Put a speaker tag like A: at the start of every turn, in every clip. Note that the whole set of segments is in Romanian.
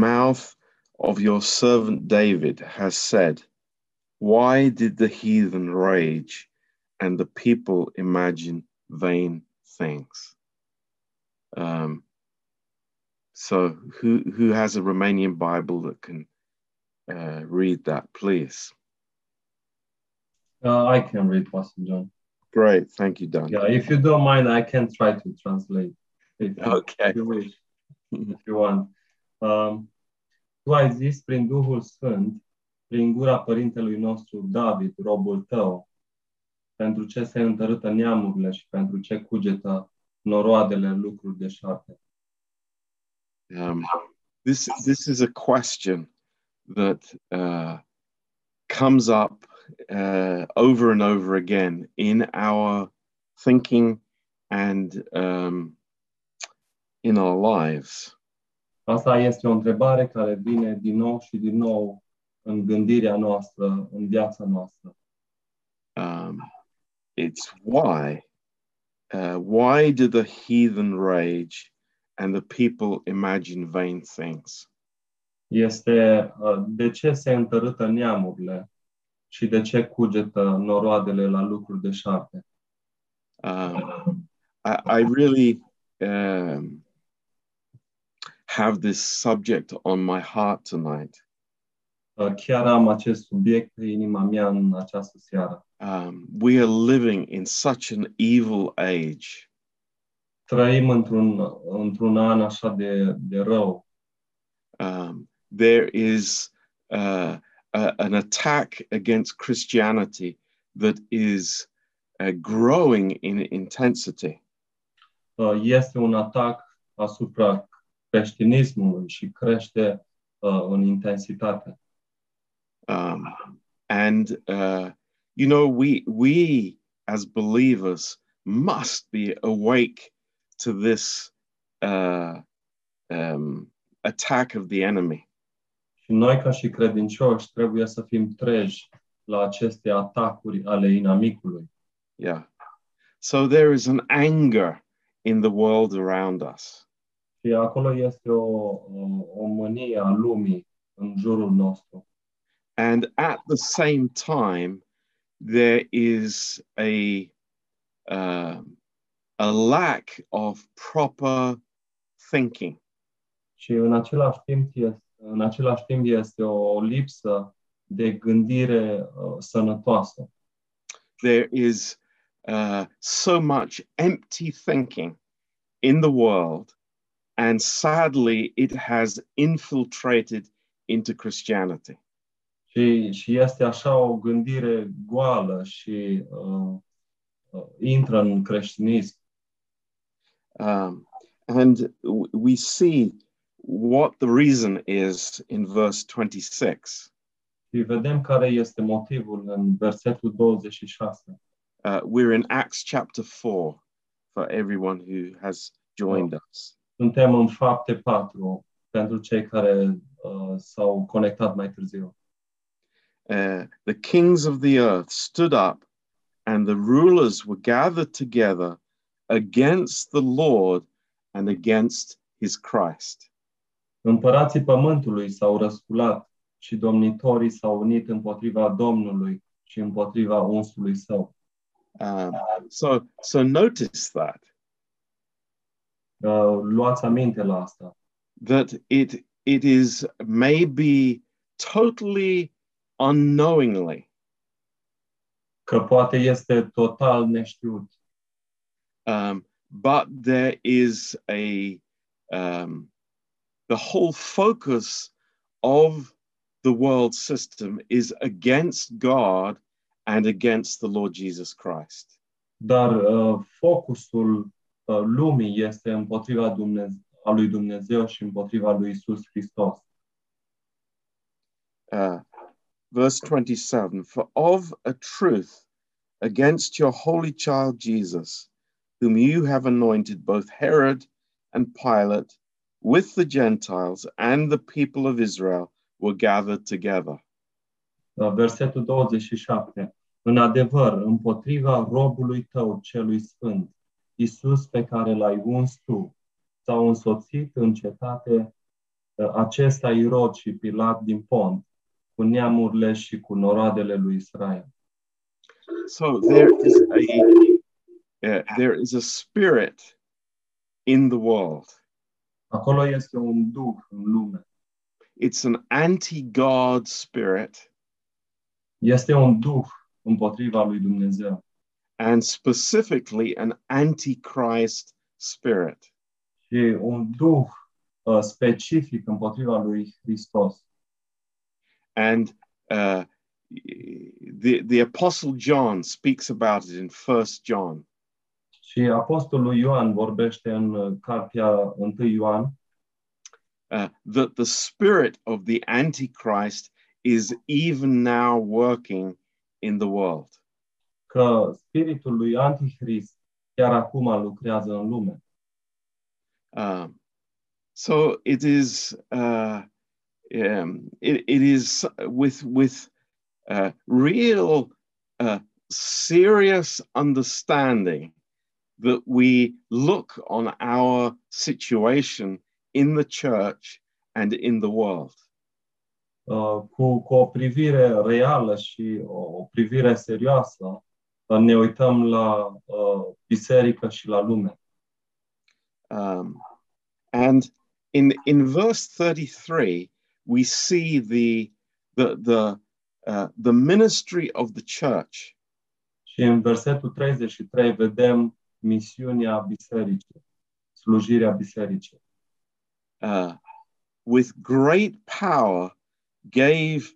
A: mouth of your servant David has said, Why did the heathen rage and the people imagine vain things? Um, so, who, who has a Romanian Bible that can uh, read that, please?
B: Uh, I can read Pastor John.
A: Great. Thank you, Dan.
B: Yeah, if you don't mind, I can try to translate. If you,
A: Okay.
B: if you wish, if you want. Um, tu ai zis prin Duhul Sfânt, prin gura părintelui nostru David, robul tău, pentru ce se întărâtă neamurile și pentru ce cugetă noroadele lucruri de șarte.
A: Um, this, this is a question that uh, comes up uh, over and over again in our thinking and um, in our lives.
B: Asta este o întrebare care vine din nou și din nou în gândirea noastră, în viața noastră.
A: Um, it's why. Uh, why do the heathen rage and the people imagine vain things?
B: Este uh, de ce se întărâtă neamurile și de ce cugetă noroadele la lucruri de șarte.
A: Um, I, I really um, have this subject on my heart tonight.
B: Uh, Chiar am acest subiect pe inima mea în această seară.
A: Um, we are living in such an evil age,
B: Trăim într-un, într-un an așa de, de rău.
A: um, there is uh, a- an attack against Christianity that is uh, growing in intensity.
B: Uh, Este un atac asupra creștinismului și crește uh, în intensitate.
A: Um, and uh, you know, we we as believers must be awake to this uh, um, attack of the enemy.
B: Și noi, ca și credincioși, trebuie să fim treji la aceste atacuri ale inamicului.
A: Yeah. So there is an anger in the world around us,
B: Și acolo este o, o, o mânie a lumii în jurul nostru.
A: and at the same time, there is a uh, a lack of proper thinking.
B: Și în același timp este, în același timp este o lipsă de gândire uh, sănătoasă.
A: there is uh, so much empty thinking in the world, and sadly, it has infiltrated into Christianity.
B: Și, și este așa o gândire goală și uh, uh, intră în creștinism.
A: Um, and w- we see what the reason is in verse 26.
B: Și vedem care este motivul în versetul 26.
A: Uh, we're in Acts chapter 4 for everyone who has joined us.
B: Suntem în fapte 4 pentru cei care uh, s-au conectat mai târziu.
A: Uh, the kings of the earth stood up, and the rulers were gathered together against the Lord and against his Christ.
B: Împărații pământului s-au răsculat și domnitorii s-au unit împotriva Domnului și împotriva unsului său.
A: Um, so, so notice that
B: Uh, luați aminte la asta.
A: that it it is maybe totally unknowingly
B: Că poate este total neștiut,
A: um, but there is a um, the whole focus of the world system is against God and against the Lord Jesus Christ.
B: dar uh, focusul uh, lumii este împotriva Dumnezeu, a lui Dumnezeu și împotriva lui Isus Hristos.
A: Uh, verse 27 For of a truth, against your holy child Jesus, whom you have anointed both Herod and Pilate, with the Gentiles and the people of Israel, were gathered together.
B: Uh, versetul 27. În adevăr, împotriva robului tău celui sfânt, Isus pe care l-ai uns tu, s-au însoțit în cetate ă, acesta Irod și Pilat din Pont, cu neamurile și cu noroadele lui Israel.
A: So there is a uh, there is a spirit in the world.
B: Acolo este un duh în lume.
A: It's an anti-God spirit,
B: Este un duh împotriva lui Dumnezeu
A: and specifically an antichrist spirit.
B: și un duh uh, specific împotriva lui Hristos.
A: And uh, the the apostle John speaks about it in First John.
B: Și apostolul Ioan vorbește în uh, cartea 1 Ioan
A: uh, that the spirit of the Antichrist is even now working in the world.
B: că spiritul lui Antichrist chiar acum lucrează în lume.
A: Um, so it is uh, um, it, it is with with uh, real uh, serious understanding that we look on our situation in the church and in the world.
B: Uh, Cu, cu o privire reală și o, o privire serioasă, uh, ne uităm la uh, biserică și la lume.
A: Um, and in in verse 33, we see the the the uh, the ministry of the church,
B: Și în versetul 33 vedem misiunea bisericii, slujirea bisericii.
A: uh, with great power, gave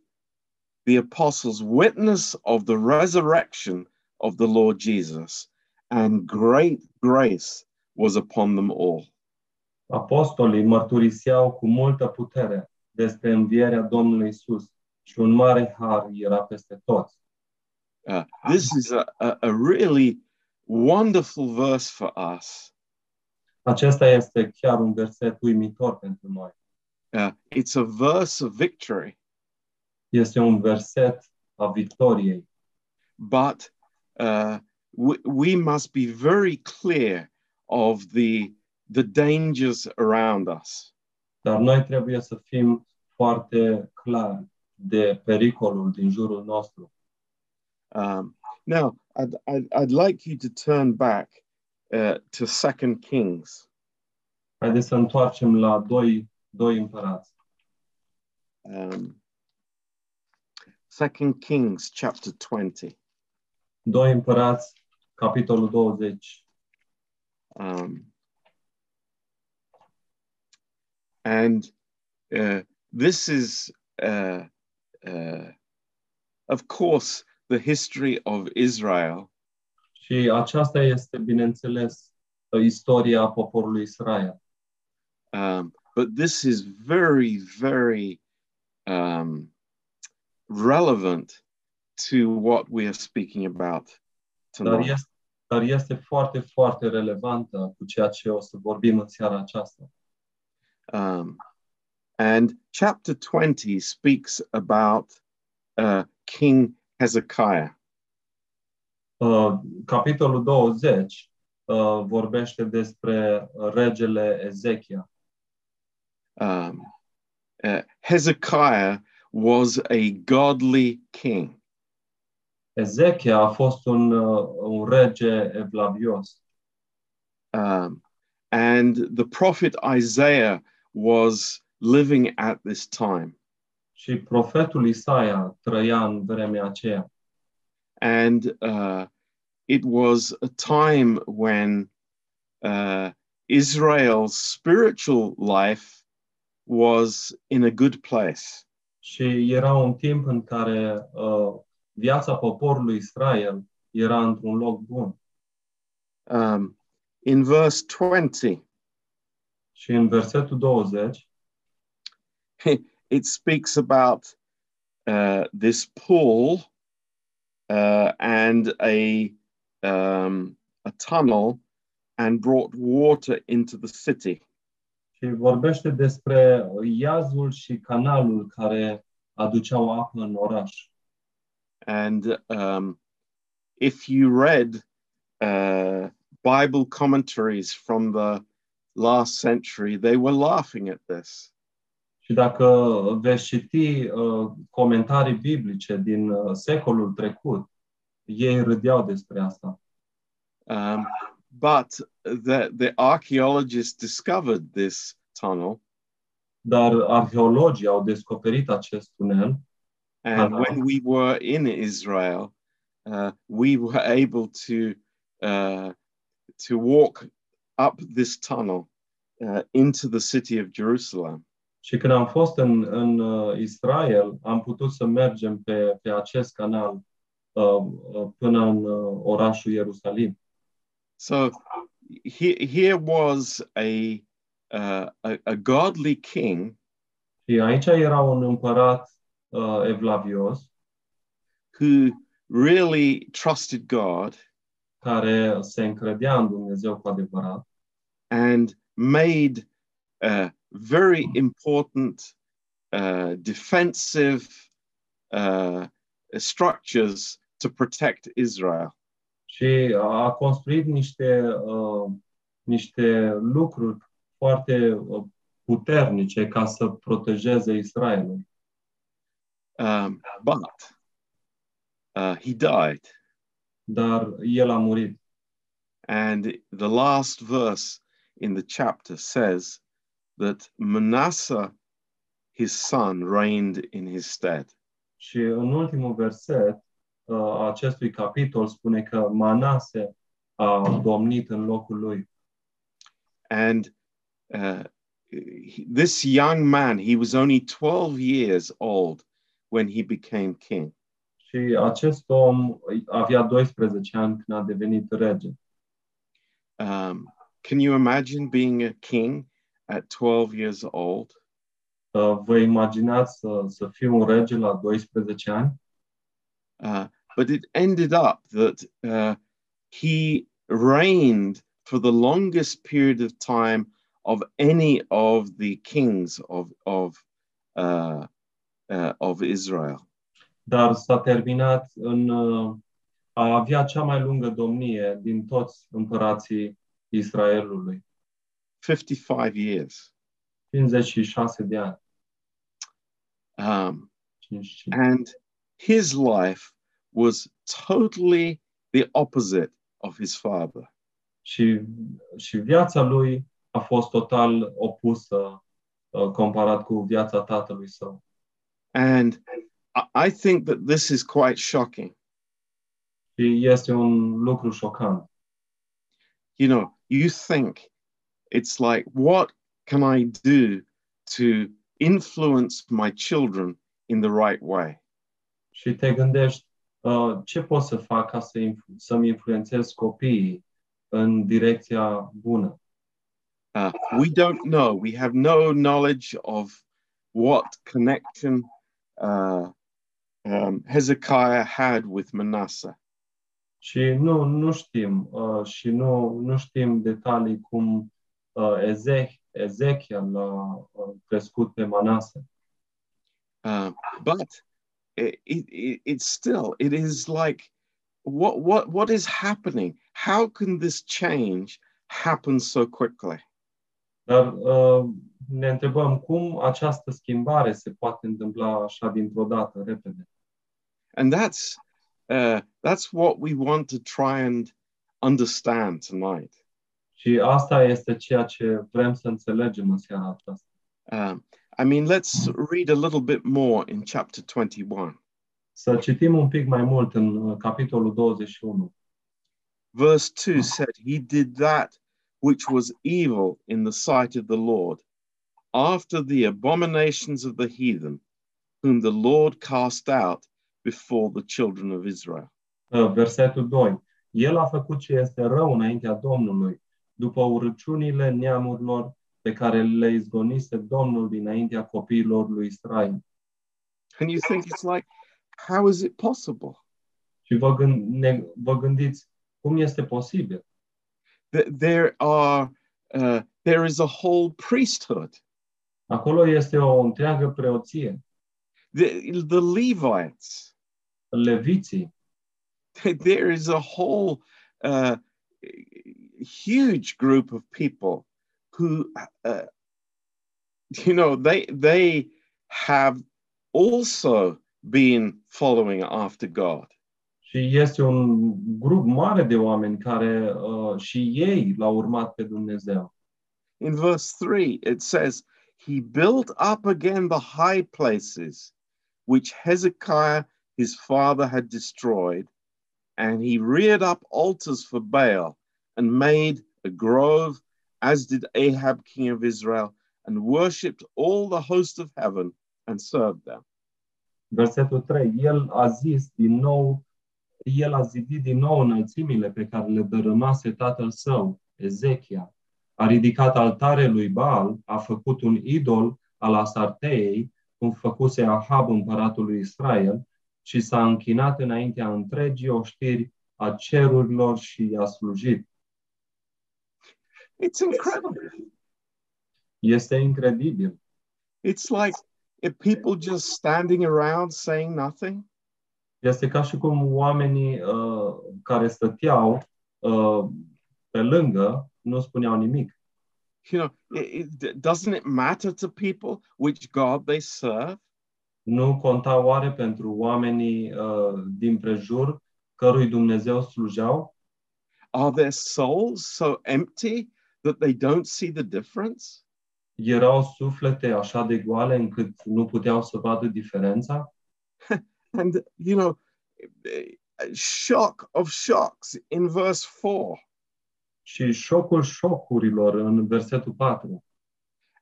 A: the apostles witness of the resurrection of the Lord Jesus, and great grace was upon them all.
B: Apostolii mărturiseau cu multă putere despre învierea Domnului Isus și un mare har era peste toți.
A: Uh, this is a, a, a really wonderful verse for us.
B: Acesta este chiar un verset uimitor pentru noi.
A: Uh, it's a verse of victory.
B: Este un verset a victoriei,
A: but uh, we, we must be very clear of the the dangers around us.
B: dar noi trebuie să fim foarte clari de pericolul din jurul nostru.
A: Um, now, I'd, I'd, I'd like you to turn back uh, to Second Kings,
B: Haideți să întoarcem la doi, doi împărați.
A: um, Second Kings chapter twenty.
B: Doi împărați, capitolul 20.
A: Um, and uh, this is, uh, uh, of course, the history of Israel,
B: Și aceasta este, bineînțeles, istoria poporului Israel.
A: um, but this is very, very um, relevant to what we are speaking about
B: Dar
A: tonight.
B: este, dar este foarte, foarte relevantă cu ceea ce o să vorbim în seara aceasta.
A: Um, and chapter 20 speaks about uh, King Hezekiah.
B: Uh, capitolul 20 uh, vorbește despre regele Ezechia.
A: um, uh, Hezekiah was a godly king.
B: Ezechia a fost un, uh, un rege evlavios
A: Um, and the prophet Isaiah was living at this time.
B: și profetul Isaia trăia în vremea aceea.
A: And uh, it was a time when uh, Israel's spiritual life was in a good place.
B: Și era un timp în care uh, viața poporului Israel era într-un loc bun.
A: Um, in verse 20,
B: Și în versetul 20
A: it speaks about uh, this pool uh, and a um, a tunnel and brought water into the city.
B: și vorbește despre iazul și canalul care aduceau apă în oraș.
A: And um, if you read uh, Bible commentaries from the last century, they were laughing at this.
B: Și dacă veți citi uh, comentarii biblice din uh, secolul trecut, ei râdeau despre asta.
A: Um, but the, the archaeologists discovered this tunnel,
B: Dar arheologii au descoperit acest tunel
A: and
B: Uh-huh.
A: when we were in Israel, uh, we were able to uh, to walk up this tunnel uh, into the city of Jerusalem.
B: și când am fost în, în uh, Israel, am putut să mergem pe, pe acest canal uh, uh, până în uh, orașul Ierusalim.
A: So he, here was a, uh, a a godly king
B: Și aici era un împărat uh, evlavios
A: who really trusted God
B: care se încredea în Dumnezeu cu adevărat
A: and made uh, very important uh, defensive uh, structures to protect Israel.
B: și a construit niște, uh, niște lucruri foarte uh, puternice ca să protejeze Israelul.
A: Um, but uh, he died.
B: Dar el a murit.
A: And the last verse in the chapter says that Manasseh, his son, reigned in his stead.
B: Și în ultimul verset uh, a acestui capitol spune că Manase a domnit în locul lui.
A: And uh, he- this young man, he was only 12 years old when he became king.
B: Și acest om avea 12 ani când a devenit rege.
A: Um, can you imagine being a king at 12 years old?
B: Uh, Vă imaginați să, să fiu un rege la 12 ani?
A: Uh, but it ended up that uh, he reigned for the longest period of time of any of the kings of of uh, uh, of Israel.
B: Dar s-a terminat în uh, a avea cea mai lungă domnie din toți împărații Israelului.
A: 55 years.
B: 56 de ani.
A: Um,
B: 55.
A: and his life was totally the opposite of his father.
B: și, și viața lui a fost total opusă uh, comparat cu viața tatălui său.
A: And I- I think that this is quite shocking.
B: Și este un lucru șocant.
A: you know, you think it's like, what can I do to influence my children in the right way?
B: Și te gândești, uh, ce pot să fac ca să influ- să-mi influențez copiii în direcția bună?
A: Uh, we don't know. We have no knowledge of what connection uh, um, Hezekiah had with Manasseh.
B: Și nu, nu știm uh, și nu, nu știm detalii cum uh, Ezech, Ezechiel l-a uh, crescut pe Manase.
A: Uh, but it, it, it, it's still, it is like, what, what, what is happening? How can this change happen so quickly?
B: Dar uh, ne întrebăm cum această schimbare se poate întâmpla așa dintr-o dată, repede.
A: and that's uh, that's what we want to try and understand tonight.
B: Și asta este ceea ce vrem să înțelegem în seara aceasta.
A: Um, I mean, let's read a little bit more in chapter 21,
B: Să citim un pic mai mult în uh, capitolul 21.
A: verse 2 said, "He did that which was evil in the sight of the Lord, after the abominations of the heathen, whom the Lord cast out before the children of Israel."
B: Uh, Versetul 2. El a făcut ce este rău înaintea Domnului, după urăciunile neamurilor pe care le izgonise Domnul dinaintea copiilor lui Israel.
A: And you think it's like, how is it possible?
B: Și vă, gând, ne, vă gândiți, cum este posibil?
A: That there are uh, there is a whole priesthood
B: Acolo este o întreagă preoție.
A: the, the Levites.
B: Leviții
A: There is a whole uh, huge group of people who uh, you know, they they have also been following after God.
B: Și este un grup mare de oameni care uh, și ei l-au urmat pe Dumnezeu.
A: In verse 3, it says, He built up again the high places which Hezekiah his father had destroyed, and he reared up altars for Baal and made a grove, as did Ahab, king of Israel, and worshipped all the host of heaven and served them.
B: Versetul 3. El a zis din nou, el a zidit din nou înălțimile pe care le dărâmase tatăl său, Ezechia. A ridicat altare lui Baal, a făcut un idol al Asarteei, cum făcuse Ahab împăratul lui Israel, și s-a închinat înaintea întregii oștiri a cerurilor și i-a slujit.
A: It's incredible.
B: Este incredibil.
A: It's like if people just standing around saying nothing.
B: Este ca și cum oamenii uh, care stăteau uh, pe lângă nu spuneau nimic.
A: You know, it, it, doesn't it matter to people which God they serve?
B: Nu conta oare pentru oamenii uh, din prejur cărui Dumnezeu slujeau?
A: Are their souls so empty that they don't see the difference?
B: Erau suflete așa de goale încât nu puteau să vadă diferența?
A: And, you know, shock of shocks in verse 4.
B: Și șocul șocurilor în versetul 4.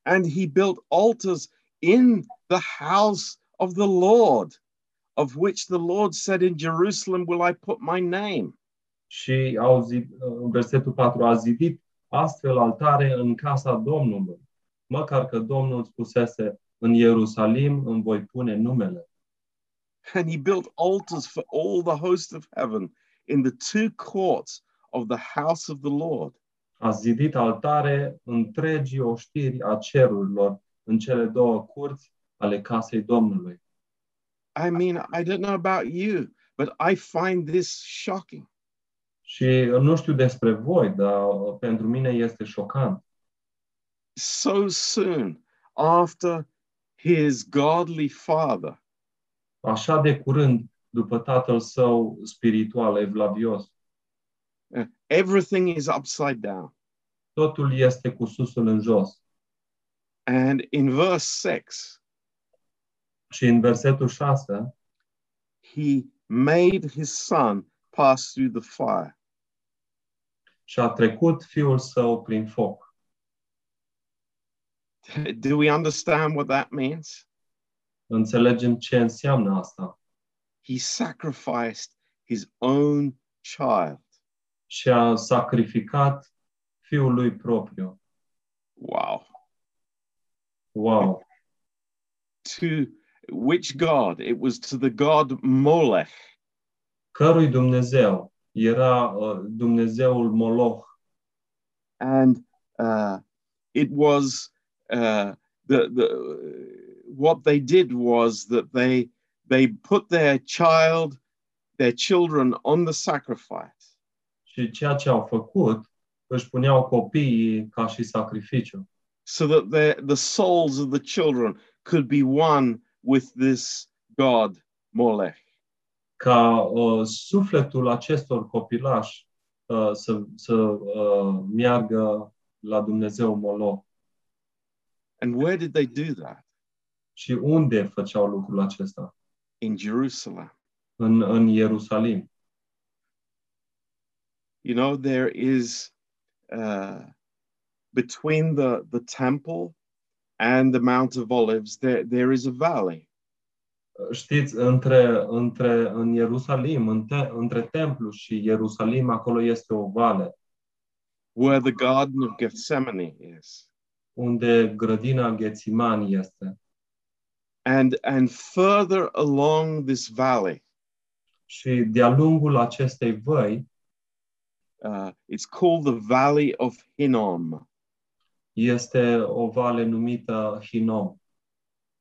A: And he built altars in the house of the Lord, of which the Lord said, In Jerusalem will I put my name.
B: Și au zid, în versetul 4 a zidit astfel altare în casa Domnului, măcar că Domnul spusese, în Ierusalim îmi voi pune numele.
A: And he built altars for all the host of heaven in the two courts of the house of the Lord.
B: A zidit altare întregii oștiri a cerurilor în cele două curți ale casei Domnului.
A: I mean, I don't know about you, but I find this shocking.
B: Și nu știu despre voi, dar pentru mine este șocant.
A: So soon after his godly father,
B: Așa de curând după tatăl său spiritual, evlavios,
A: everything is upside down.
B: totul este cu susul în jos.
A: And in verse 6,
B: Și în versetul 6,
A: he made his son pass through the fire.
B: și-a trecut fiul său prin foc.
A: Do we understand what that means?
B: Înțelegem ce înseamnă asta.
A: He sacrificed his own child.
B: Și a sacrificat fiul lui propriu.
A: Wow.
B: Wow!
A: To which God? It was to the God Molech.
B: Cărui Dumnezeu era uh, Dumnezeul Moloch
A: and uh, it was uh, the, the what they did was that they they put their child their children on the sacrifice
B: și ceea ce au făcut își puneau copiii ca și sacrificiu,
A: so that their, the souls of the children could be one with this god molech
B: ca uh, sufletul acestor copilași uh, să, să uh, meargă la Dumnezeu Moloch.
A: and where did they do that
B: Și unde făceau lucrul acesta?
A: in jerusalem
B: În, în Ierusalim.
A: you know there is uh, between the the temple and the mount of olives there there is a valley
B: Știți, între, între în Ierusalim, între, între templu și Ierusalim, acolo este o vale,
A: where the Garden of Gethsemane is.
B: unde grădina Ghețiman este.
A: And, and further along this valley,
B: Și de-a lungul acestei văi
A: uh, it's called the Valley of Hinnom.
B: este o vale numită Hinom.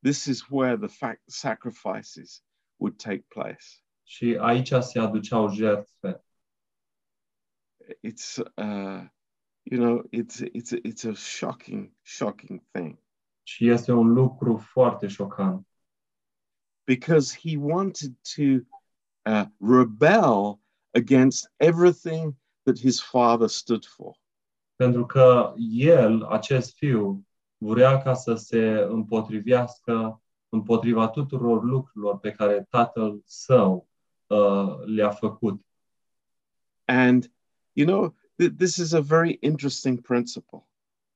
A: This is where the fac- sacrifices would take place.
B: Și aici se aduceau jertfe.
A: It's, uh, you know, it's, it's, it's a shocking, shocking thing.
B: Și este un lucru foarte șocant,
A: because he wanted to uh, rebel against everything that his father stood for.
B: pentru că el, acest fiu, vrea ca să se împotrivească împotriva tuturor lucrurilor pe care tatăl său uh, le-a făcut.
A: And, you know, th- this is a very interesting principle.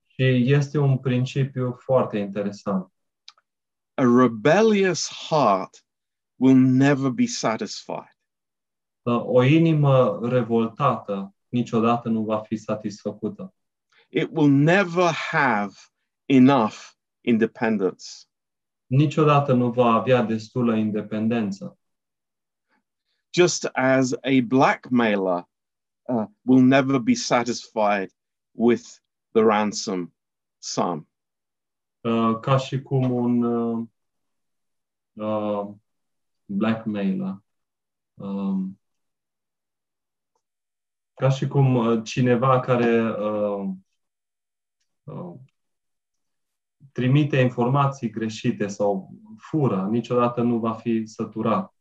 B: Și este un principiu foarte interesant.
A: A rebellious heart will never be satisfied.
B: Uh, o inimă revoltată niciodată nu va fi satisfăcută.
A: It will never have enough independence.
B: Niciodată nu va avea destulă independență.
A: just as a blackmailer uh, will never be satisfied with the ransom sum.
B: Uh, ca și cum un uh, uh, blackmailer. Um, ca și cum uh, cineva care uh, uh, trimite informații greșite sau fură, niciodată nu va fi săturat.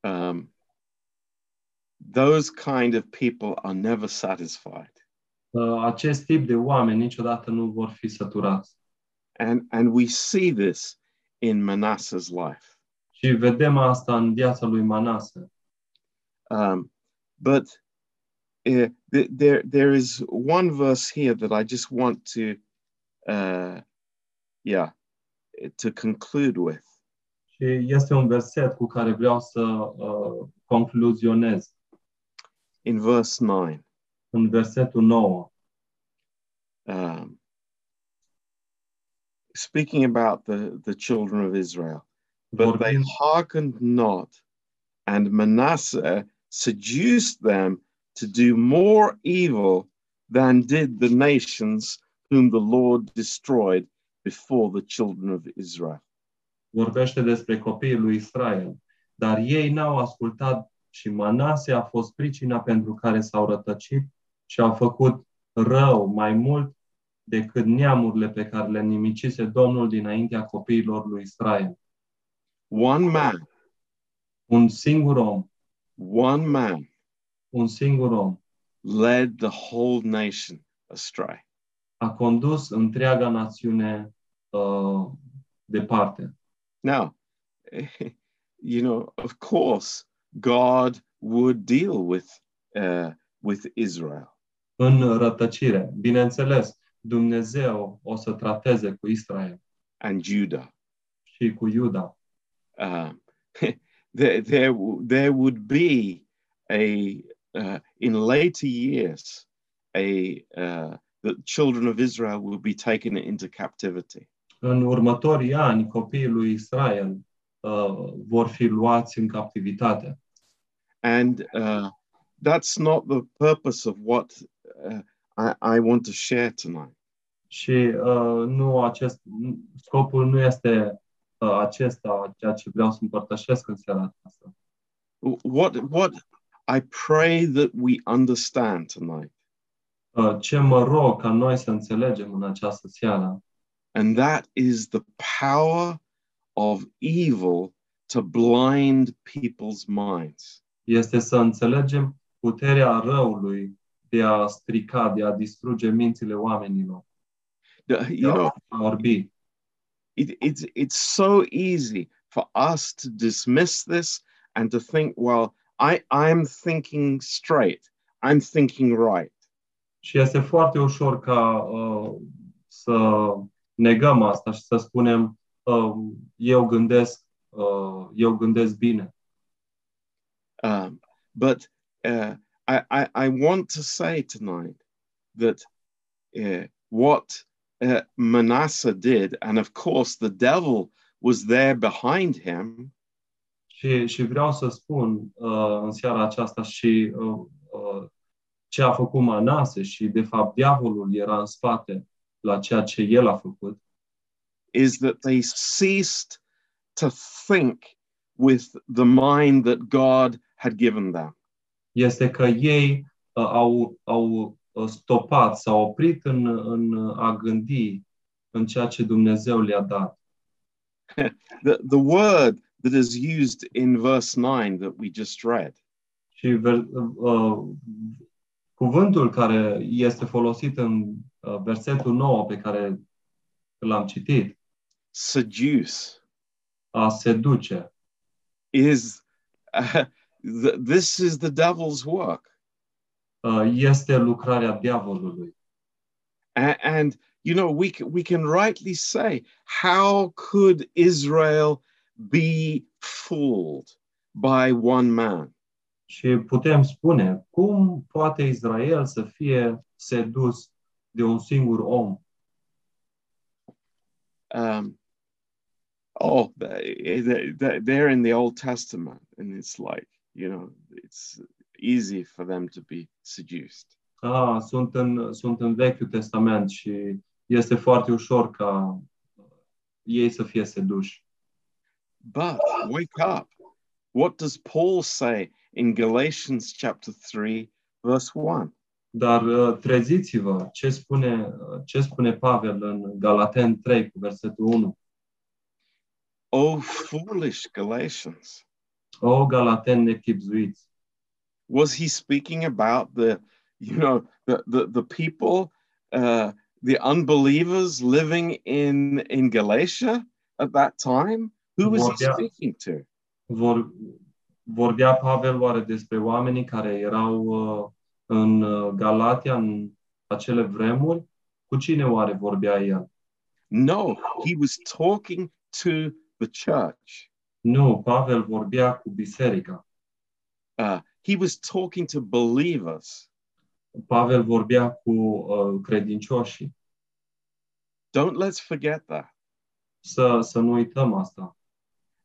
A: Um, those kind of people are never satisfied.
B: Uh, acest tip de oameni niciodată nu vor fi săturați.
A: And, and we see this in Manasseh's life.
B: Și vedem asta în viața lui Manase.
A: Um, but uh, th- there, there is one verse here that I just want to, uh, yeah, to conclude with.
B: Și este un verset cu care vreau să uh, concluzionez
A: In verse 9,
B: în versetul 9.
A: um, speaking about the, the children of Israel. But they
B: Vorbind,
A: hearkened not, and Manasseh seduced them to do more evil than did the nations whom the Lord destroyed before the children of Israel.
B: vorbește despre copiii lui Israel, dar ei n-au ascultat și Manase a fost pricina pentru care s-au rătăcit și au făcut rău mai mult decât neamurile pe care le nimicise Domnul dinaintea copiilor lui Israel.
A: One man,
B: Un singur om,
A: one man
B: un singur om
A: led the whole nation astray.
B: a condus întreaga națiune uh, departe.
A: Now, you know, of course, God would deal with uh, with Israel,
B: în rătăcire. Bineînțeles, Dumnezeu o să trateze cu Israel
A: and Judah.
B: și cu Iuda.
A: Um, there, there, w- there would be a uh, in later years a uh, the children of Israel will be taken into captivity,
B: În următorii ani, copiii lui Israel uh, vor fi luați în captivitate.
A: and uh, that's not the purpose of what uh, I, I want to share tonight.
B: Și uh, nu acest, scopul nu este uh, acesta, ceea ce vreau să împărtășesc în seara asta.
A: What what I pray that we understand tonight.
B: Uh, ce mă rog ca noi să înțelegem în această seară
A: And that is the power of evil to blind people's minds.
B: este să înțelegem puterea răului de a strica, de a distruge mințile oamenilor.
A: The- You know,
B: a orbi.
A: it, it's, it's so easy for us to dismiss this and to think, well, I, I'm thinking straight, I'm thinking right.
B: Și este foarte ușor ca uh, să negăm asta și să spunem uh, eu gândesc uh, eu gândesc bine.
A: Um, but uh, I, I, I want to say tonight that uh, what uh, Manasseh did, and of course the devil was there behind him,
B: Și, și vreau să spun uh, în seara aceasta și uh, uh, ce a făcut Manase și de fapt diavolul era în spate la ceea ce el a făcut,
A: is that they ceased to think with the mind that God had given them.
B: este că ei uh, au, au uh, stopat, s-au oprit în, în a gândi în ceea ce Dumnezeu le-a dat.
A: The, the word that is used in verse 9 that we just read
B: Și ver, uh, cuvântul care este folosit în uh, versetul 9 pe care l-am citit,
A: seduce
B: a seduce,
A: is uh, th- this is the devil's work.
B: uh, este lucrarea diavolului.
A: And, and you know, we can, we can rightly say, how could Israel be fooled by one man?
B: Și putem spune, cum poate Israel să fie sedus de un singur om?
A: Um, oh, they- they- they- they're in the Old Testament, and it's like you know, it's easy for them to be seduced.
B: Ah, sunt în, sunt în Vechiul Testament și este foarte ușor ca ei să fie seduși.
A: But wake up! What does Paul say in Galatians chapter three, verse one?
B: Dar uh, treziți-vă, ce spune, uh, ce spune Pavel în Galaten 3 cu versetul 1?
A: Oh, foolish Galatians!
B: O, Galaten nechipzuiți!
A: was he speaking about the you know the the, the people uh, the unbelievers living in in galatia at that time who was he
B: Vorbea-
A: speaking to
B: Vor, vorbea Pavel oare despre oamenii care erau uh, în uh, Galatia în acele vremuri? Cu cine oare vorbea el?
A: no he was talking to the church
B: Nu, Pavel vorbea cu biserica.
A: uh, he was talking to believers
B: Pavel vorbea cu uh, credincioșii.
A: don't let's forget that
B: Să, să nu uităm asta.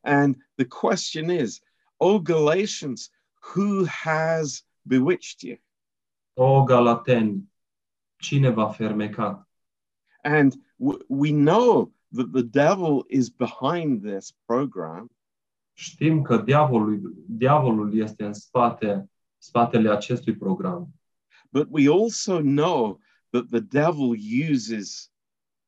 A: and the question is oh galatians who has bewitched you
B: O, Galateni, cine va fermecat?
A: And w- we know that the devil is behind this program,
B: Știm că diavolul, diavolul este în spate, spatele acestui program.
A: but we also know that the devil uses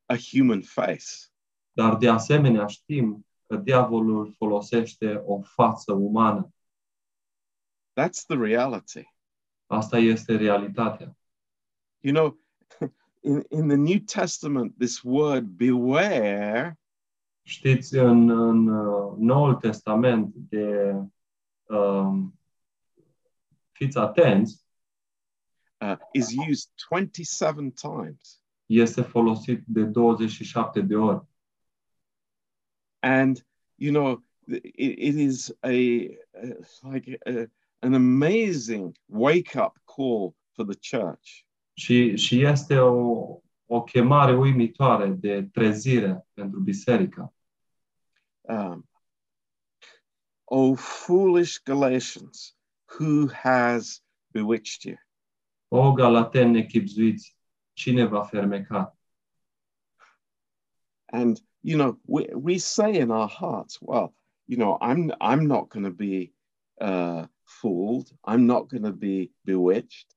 A: a human face.
B: Dar de asemenea știm că diavolul folosește o față umană.
A: That's the reality.
B: Asta este realitatea.
A: You know, in, in the New Testament, this word beware
B: Știți, în, în uh, Noul Testament de um, fiți atenți,
A: uh, is used 27 times.
B: este folosit de 27 de ori.
A: And, you know, it, it is a, a- like a, an amazing wake up call for the church.
B: Și, și este o, o chemare uimitoare de trezire pentru biserică.
A: um, O foolish Galatians, who has bewitched you?
B: O, galateni nechipzuiți, cine va fermeca?
A: And you know, we we say in our hearts, well, you know, I'm I'm not going to be uh, fooled. I'm not going to be bewitched.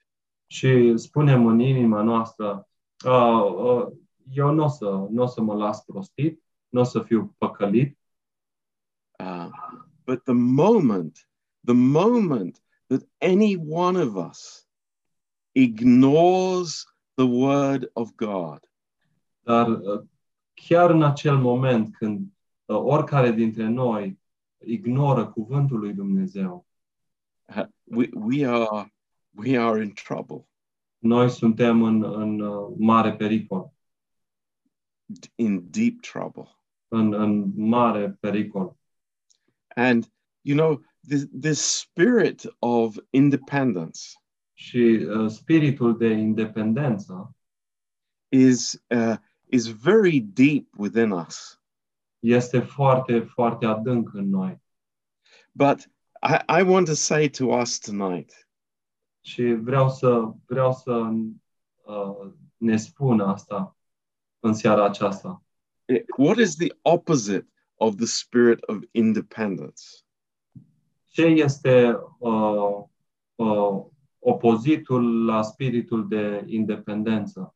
B: Și spunem în inima noastră, "A, a, eu nu o să, n-o să mă las prostit, nu o să fiu păcălit,
A: Uh, but the moment, the moment that any one of us ignores the word of God,
B: dar uh, chiar în acel moment când uh, oricare dintre noi ignoră cuvântul lui Dumnezeu,
A: uh, we we are we are in trouble.
B: noi suntem în, în uh, mare pericol,
A: in deep trouble.
B: în, în mare pericol.
A: And you know, this this spirit of independence
B: Și uh, spiritul de independență
A: is uh, is very deep within us.
B: este foarte, foarte adânc în noi.
A: But I, I want to say to us tonight,
B: Și vreau să, vreau să uh, ne spun asta în seara aceasta.
A: eh, what is the opposite of the spirit of independence?
B: Ce este uh, uh, opozitul la spiritul de independență.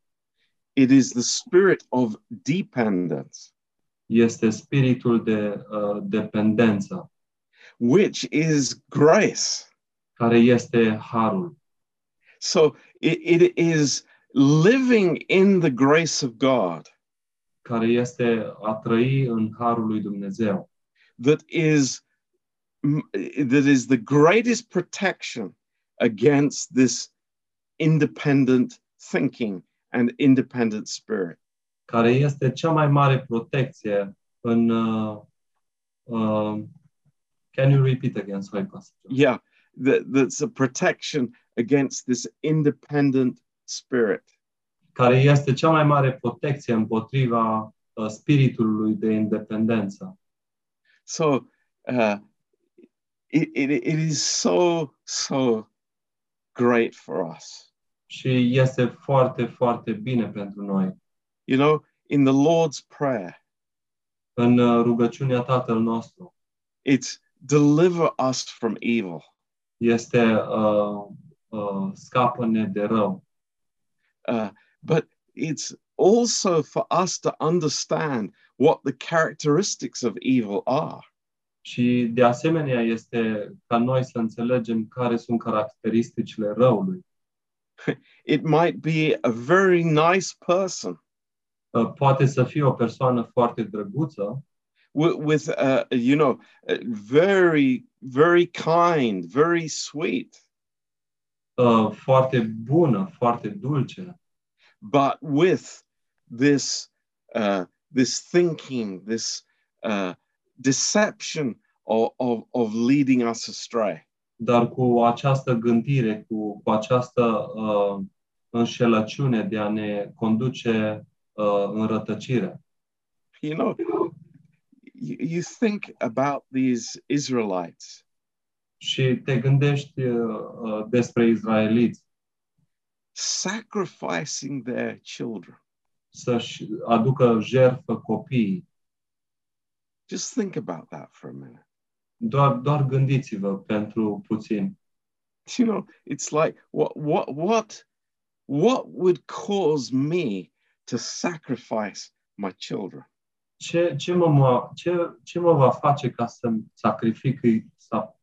A: It is the spirit of dependence,
B: Este spiritul de uh, dependență,
A: which is grace.
B: care este harul.
A: So it, it is living in the grace of God
B: care este a trăi în harul lui Dumnezeu,
A: that is m- that is the greatest protection against this independent thinking and independent spirit.
B: care este cea mai mare protecție în. Uh, uh, can you repeat again? Sorry, Pastor. John.
A: Yeah, that, that's a protection against this independent spirit.
B: Care este cea mai mare protecție împotriva uh, spiritului de independență.
A: So uh, it, it, it is so, so great for us.
B: Și este foarte, foarte bine pentru noi.
A: You know, in the Lord's Prayer,
B: În uh, rugăciunea Tatăl nostru
A: it's deliver us from evil.
B: este uh, uh, scapă-ne de rău.
A: Uh, but it's also for us to understand what the characteristics of evil are.
B: Și de asemenea este ca noi să înțelegem care sunt caracteristicile răului.
A: It might be a very nice person
B: Uh, poate să fie o persoană foarte drăguță,
A: with, with uh, you know, uh, very, very kind, very sweet,
B: uh, foarte bună, foarte dulce,
A: but with this, uh, this thinking, this uh, deception of, of, of leading us astray.
B: dar cu această gândire, cu, cu această uh, înșelăciune de a ne conduce uh, în rătăcire.
A: You know, you, you think about these Israelites
B: Și te gândești uh, uh, despre israeliți
A: sacrificing their children.
B: să-și aducă jertfă copiii.
A: Just think about that for a minute.
B: Doar, doar gândiți-vă pentru puțin.
A: You know, it's like what what what what would cause me to sacrifice my children?
B: ce, ce, mă, mă, ce, ce mă va face ca să sacrific, sa,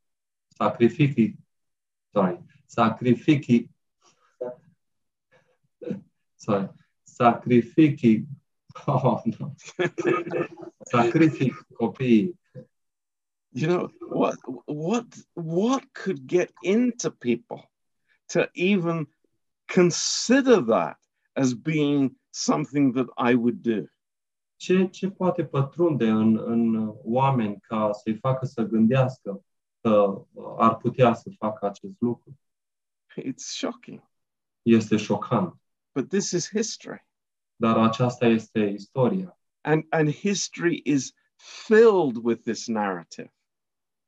B: sacrific, sorry, sacrific, sorry, sacrific, oh, no. sacrific copiii.
A: You know, what what what could get into people to even consider that as being something that I would do?
B: Ce, ce poate pătrunde în, în oameni ca să-i facă să gândească că uh, ar putea să facă acest lucru?
A: It's shocking.
B: Este șocant,
A: But this is history.
B: dar aceasta este istoria.
A: And and history is filled with this narrative.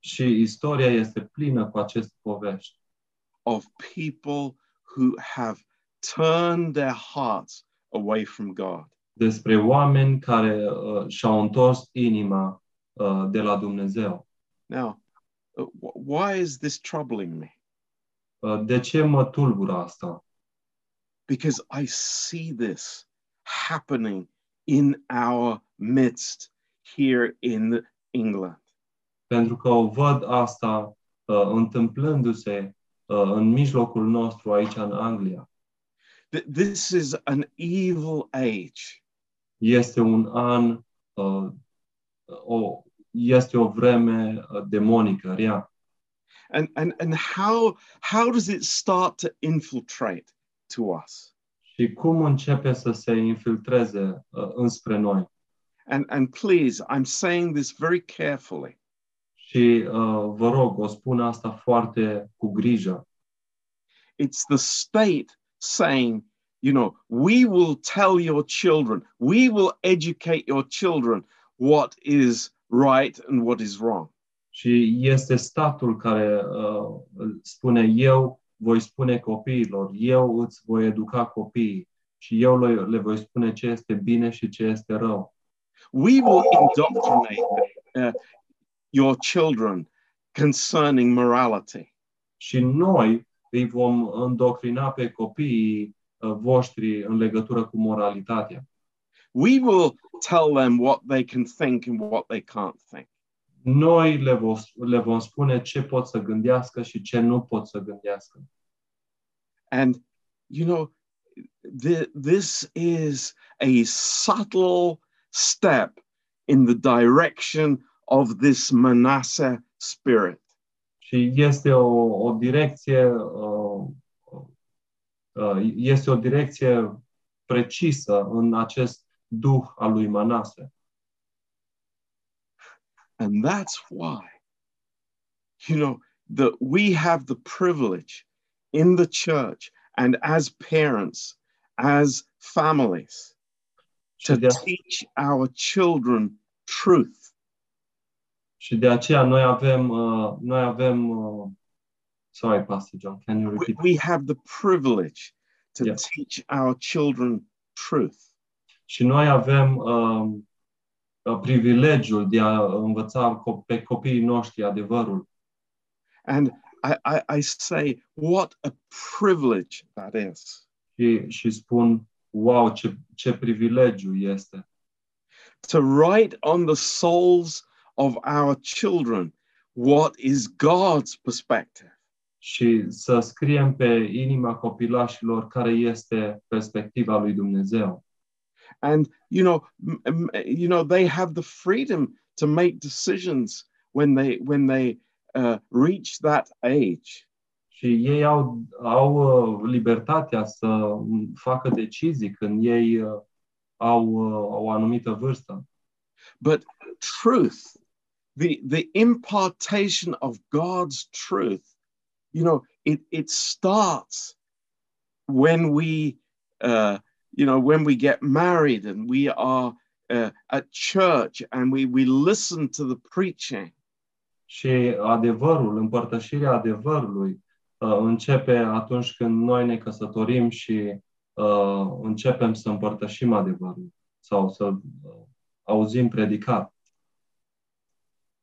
B: Și istoria este plină cu aceste povești
A: of people who have turned their hearts away from God.
B: despre oameni care uh, și-au întors inima uh, de la Dumnezeu.
A: Now, uh, wh- why is this troubling me?
B: Uh, de ce mă tulbură asta?
A: Because I see this happening in our midst here in England.
B: Pentru că o văd asta uh, întâmplându-se uh, în mijlocul nostru aici în Anglia.
A: Th- This is an evil age.
B: Este un an, uh, o, este o vreme uh, demonică, rea.
A: And, and, and how, how does it start to infiltrate to us?
B: Și cum începe să se infiltreze uh, înspre noi?
A: And, and please, I'm saying this very carefully.
B: Și uh, vă rog, o spun asta foarte cu grijă.
A: It's the state saying, you know, we will tell your children, we will educate your children what is right and what is wrong.
B: Și este statul care uh, spune eu voi spune copiilor, eu îți voi educa copiii și eu le, le voi spune ce este bine și ce este rău.
A: We will indoctrinate uh, your children concerning morality.
B: Și noi îi vom îndoctrina pe copiii uh, voștri în legătură cu moralitatea.
A: We will tell them what they can think and what they can't think.
B: Noi le, vo, le vom spune ce pot să gândească și ce nu pot să gândească.
A: And, you know, th- this is a subtle step in the direction of this Manasseh spirit.
B: Și este o, o direcție uh, uh, este o direcție precisă în acest duh al lui Manase.
A: And that's why, you know, that we have the privilege in the church and as parents, as families, to
B: Și de,
A: teach our children truth.
B: și de aceea noi avem uh, noi avem uh, sorry Pastor John, can you
A: We,
B: repeat?
A: we have the privilege to
B: Yeah.
A: teach our children truth.
B: Și noi avem uh, uh, privilegiul de a învăța co- pe copiii noștri adevărul.
A: And I, I, I say, what a privilege that is
B: Și, și spun, wow, ce, ce privilegiu este
A: to write on the souls of our children what is God's perspective.
B: și să scriem pe inima copilașilor care este perspectiva lui Dumnezeu.
A: and you know m- m- you know they have the freedom to make decisions when they when they uh, reach that age
B: Și ei au, au uh, libertatea să facă decizii când ei uh, au uh, o anumită vârstă.
A: but truth the the impartation of god's truth you know it it starts when we uh you know when we get married and we are uh, at church and we we listen to the preaching
B: Și adevărul, împărtășirea adevărului uh, începe atunci când noi ne căsătorim și uh, începem să împărtășim adevărul sau să uh, auzim predicat.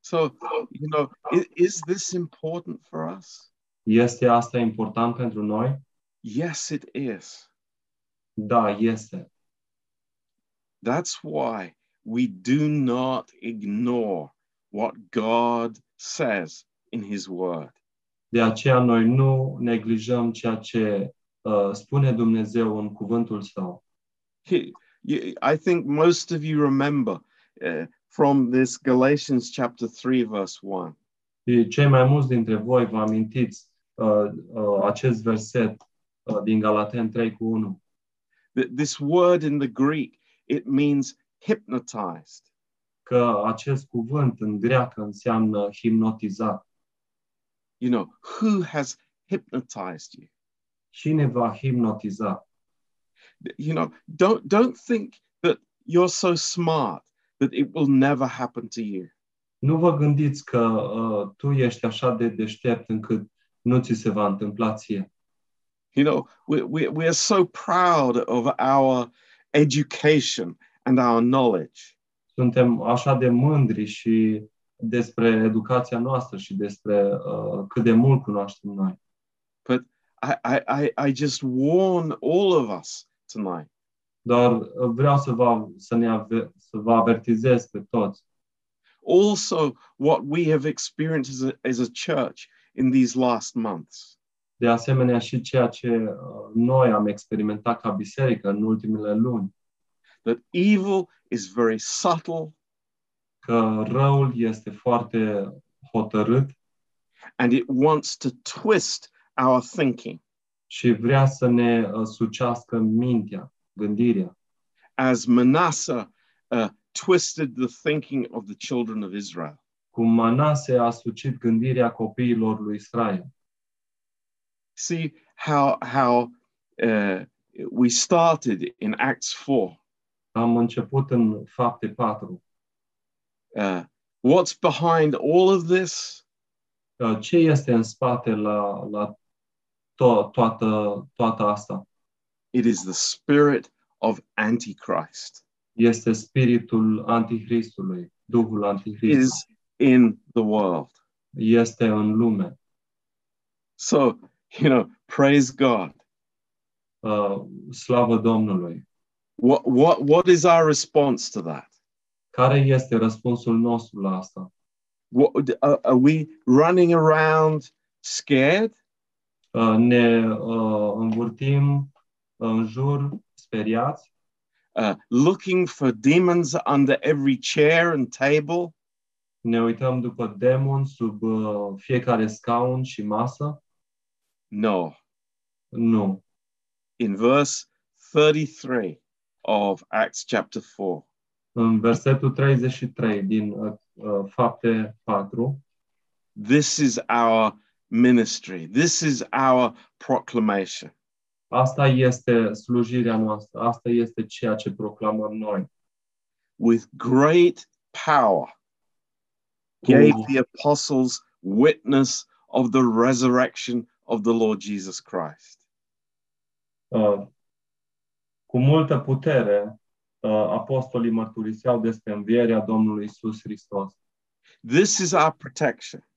A: so you know is, is this important for us
B: Este asta important pentru noi?
A: yes it is
B: Da, este.
A: That's why we do not ignore what God says in His Word.
B: De aceea noi nu neglijăm ceea ce uh, spune Dumnezeu în cuvântul său.
A: He- you- I think most of you remember uh, from this Galatians chapter 3, verse 1.
B: Și cei mai mulți dintre voi vă amintiți uh, uh, acest verset uh, din Galaten 3 cu 1.
A: That this word in the Greek, it means hypnotized.
B: că acest cuvânt în greacă înseamnă hipnotizat.
A: You know, who has hypnotized you?
B: Cine va hipnotiza?
A: You know, don't don't think that you're so smart that it will never happen to you.
B: Nu vă gândiți că uh, tu ești așa de deștept încât nu ți se va întâmpla ție.
A: You know, we, we, we are so proud of our education and our knowledge.
B: Suntem așa de mândri și despre educația noastră și despre uh, cât de mult cunoaștem noi.
A: I, I, I, I just warn all of us tonight
B: Dar uh, vreau să vă, să ne ave- să vă avertizez pe toți
A: also what we have experienced as a, as a church in these last months.
B: de asemenea și ceea ce uh, noi am experimentat ca biserică în ultimele luni.
A: That evil is very subtle
B: că răul este foarte hotărât
A: and it wants to twist our thinking
B: și vrea să ne uh, sucească mintea, gândirea,
A: as Manasseh uh, twisted the thinking of the children of Israel.
B: cum Manase a sucit gândirea copiilor lui Israel.
A: see how how uh, we started in Acts four.
B: Am început în fapte 4.
A: Uh, what's behind all of this?
B: Uh, Ce este în spate la, la to- toată, toată asta?
A: It is the spirit of Antichrist.
B: Este spiritul antichristului, Duhul antichrist.
A: Is in the world.
B: Este în lume.
A: So you know Praise God.
B: Uh, slavă Domnului.
A: What, what, what is our response to that?
B: Care este răspunsul nostru la asta?
A: What, are, are we running around scared?
B: Uh, ne uh, învârtim în jur, speriați,
A: Uh, looking for demons under every chair and table?
B: ne uităm după demoni sub uh, fiecare scaun și masă?
A: No.
B: Nu.
A: In verse 33 of Acts chapter 4,
B: În versetul 33 din uh, uh, Fapte 4,
A: this is our ministry. This is our proclamation.
B: asta este slujirea noastră, asta este ceea ce proclamăm noi.
A: With great power gave the apostles witness of the resurrection of the Lord Jesus Christ.
B: Uh, cu multă putere, uh, apostolii mărturiseau despre învierea Domnului Isus Hristos.
A: This is our protection.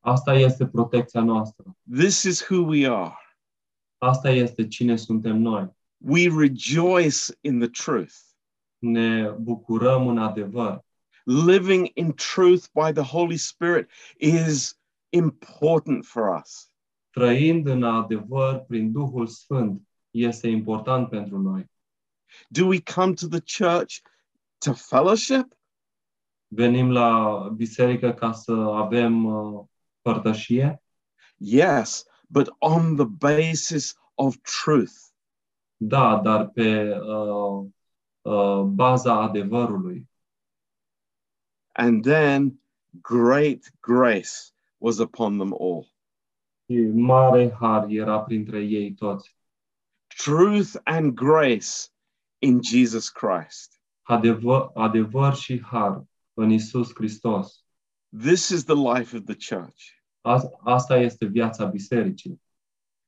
B: Asta este protecția noastră.
A: This is who we are.
B: Asta este cine suntem noi.
A: We rejoice in the truth,
B: Ne bucurăm în adevăr.
A: living in truth by the Holy Spirit is important for us.
B: Trăind în adevăr prin Duhul Sfânt este important pentru noi.
A: Do we come to the church to fellowship?
B: Venim la biserică ca să avem uh, părtășie?
A: Yes, but on the basis of truth.
B: Da, dar pe uh, uh, baza adevărului.
A: And then great grace was upon them all.
B: Și mare har era printre ei toți.
A: Truth and grace in Jesus Christ.
B: Adevăr, adevăr și har în Isus Hristos.
A: This is the life of the church.
B: A- Asta este viața bisericii.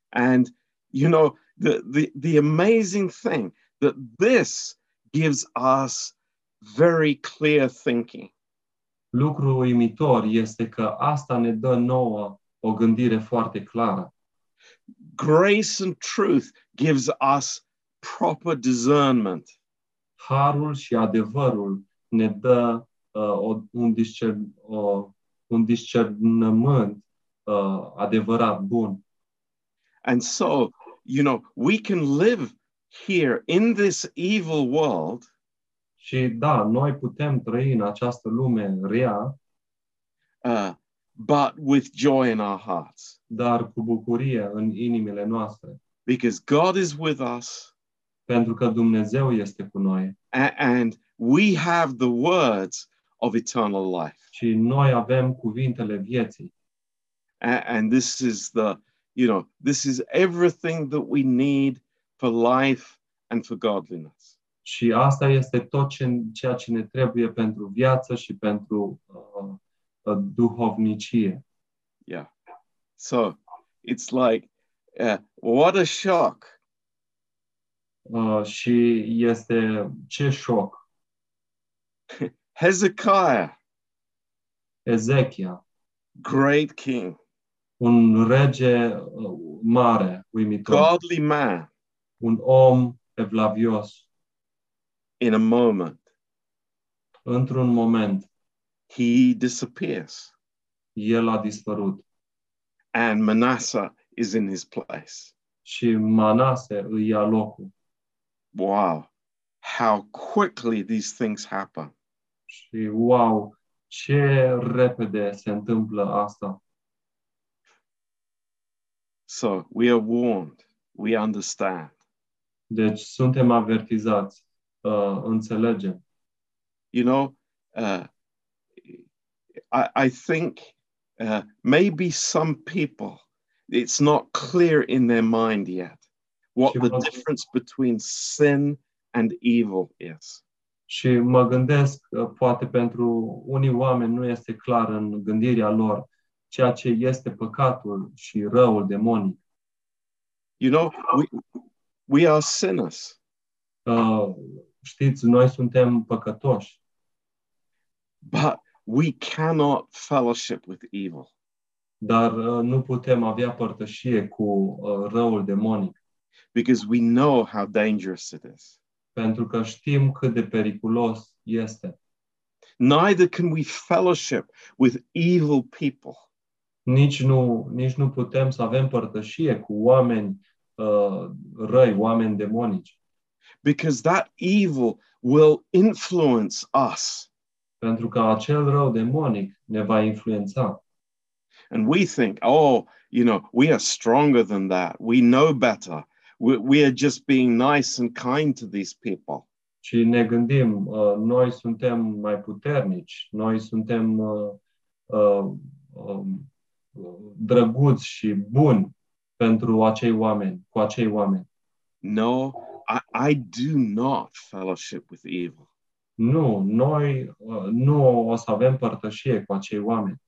A: And you know, the the, the amazing thing that this gives us very clear thinking.
B: lucru uimitor este că asta ne dă nouă o gândire foarte clară.
A: Grace and truth gives us proper discernment.
B: Harul și adevărul ne dă uh, o, un, discer, o, un discernământ uh, adevărat, bun.
A: And so, you know, we can live here in this evil world
B: Și da, noi putem trăi în această lume rea,
A: uh, but with joy in our hearts
B: dar cu bucurie în inimile noastre,
A: because God is with us
B: pentru că Dumnezeu este cu noi
A: a- and we have the words of eternal life.
B: și noi avem cuvintele vieții.
A: A- and this is the you know this is everything that we need for life and for godliness
B: Și asta este tot ce, ceea ce ne trebuie pentru viață și pentru uh, uh, duhovnicie.
A: yeah so it's like uh, what a shock
B: Uh, și este ce șoc.
A: hezekiah
B: Ezechia,
A: great king
B: un rege uh, mare, uimitor,
A: godly man
B: un om evlavios,
A: in a moment
B: într-un moment
A: he disappears
B: el a dispărut
A: and manasseh is in his place
B: și Manase îi ia locul.
A: wow how quickly these things happen
B: Și wow, ce repede se întâmplă asta.
A: so we are warned we understand
B: Deci suntem avertizați, uh, înțelegem.
A: you know uh, I, I think uh, maybe some people it's not clear in their mind yet what
B: Sure.
A: the difference between sin and evil is
B: Și mă gândesc, uh, poate pentru unii oameni nu este clar în gândirea lor ceea ce este păcatul și răul demonic.
A: you know we, we are sinners
B: Uh, Știți, noi suntem păcătoși,
A: but we cannot fellowship with evil
B: dar uh, nu putem avea părtășie cu uh, răul demonic,
A: because we know how dangerous it is.
B: pentru că știm cât de periculos este.
A: Neither can we fellowship with evil people
B: Nici nu, nici nu putem să avem părtășie cu oameni uh, răi, oameni demonici,
A: because that evil will influence us.
B: pentru că acel rău demonic ne va influența.
A: And we think, oh, you know, we are stronger than that. We know better. We, we are just being nice and kind to these people.
B: Și ne gândim, uh, noi suntem mai puternici, noi suntem uh, uh, um, drăguți și buni pentru acei oameni, cu acei oameni.
A: No, I, I do not fellowship with evil.
B: Nu, noi uh, nu o să avem părtășie cu acei oameni.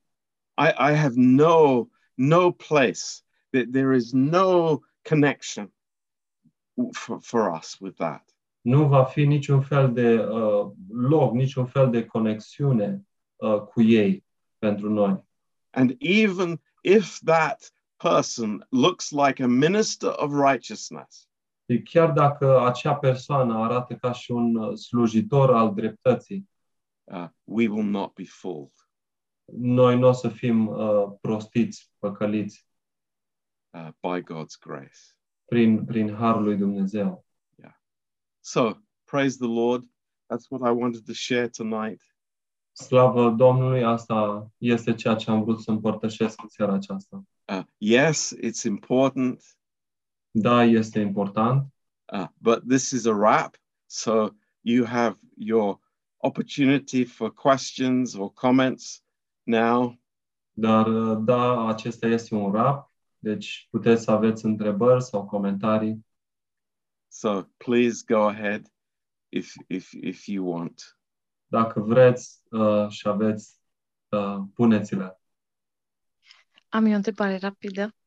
A: I, I have no no place that there is no connection for, for us with that.
B: Nu va fi niciun fel de uh, loc, niciun fel de conexiune uh, cu ei pentru noi.
A: And even if that person looks like a minister of righteousness,
B: Și Deci chiar dacă acea persoană arată ca și un uh, slujitor al dreptății,
A: uh, we will not be fooled.
B: noi nu o să fim uh, prostiți, păcăliți
A: uh, by God's grace.
B: prin, prin harul lui Dumnezeu.
A: So, praise the Lord. That's what I wanted to share tonight.
B: Slavă Domnului, asta este ceea ce am vrut să împărtășesc în seara aceasta.
A: Uh, yes, it's important,
B: Da, este important,
A: uh, but this is a wrap. So, you have your opportunity for questions or comments now.
B: dar uh, da, acesta este un rap, deci puteți să aveți întrebări sau comentarii.
A: So, please go ahead if, if, if you want.
B: Dacă vreți uh, și aveți, uh, puneți-le.
C: Am eu o întrebare rapidă.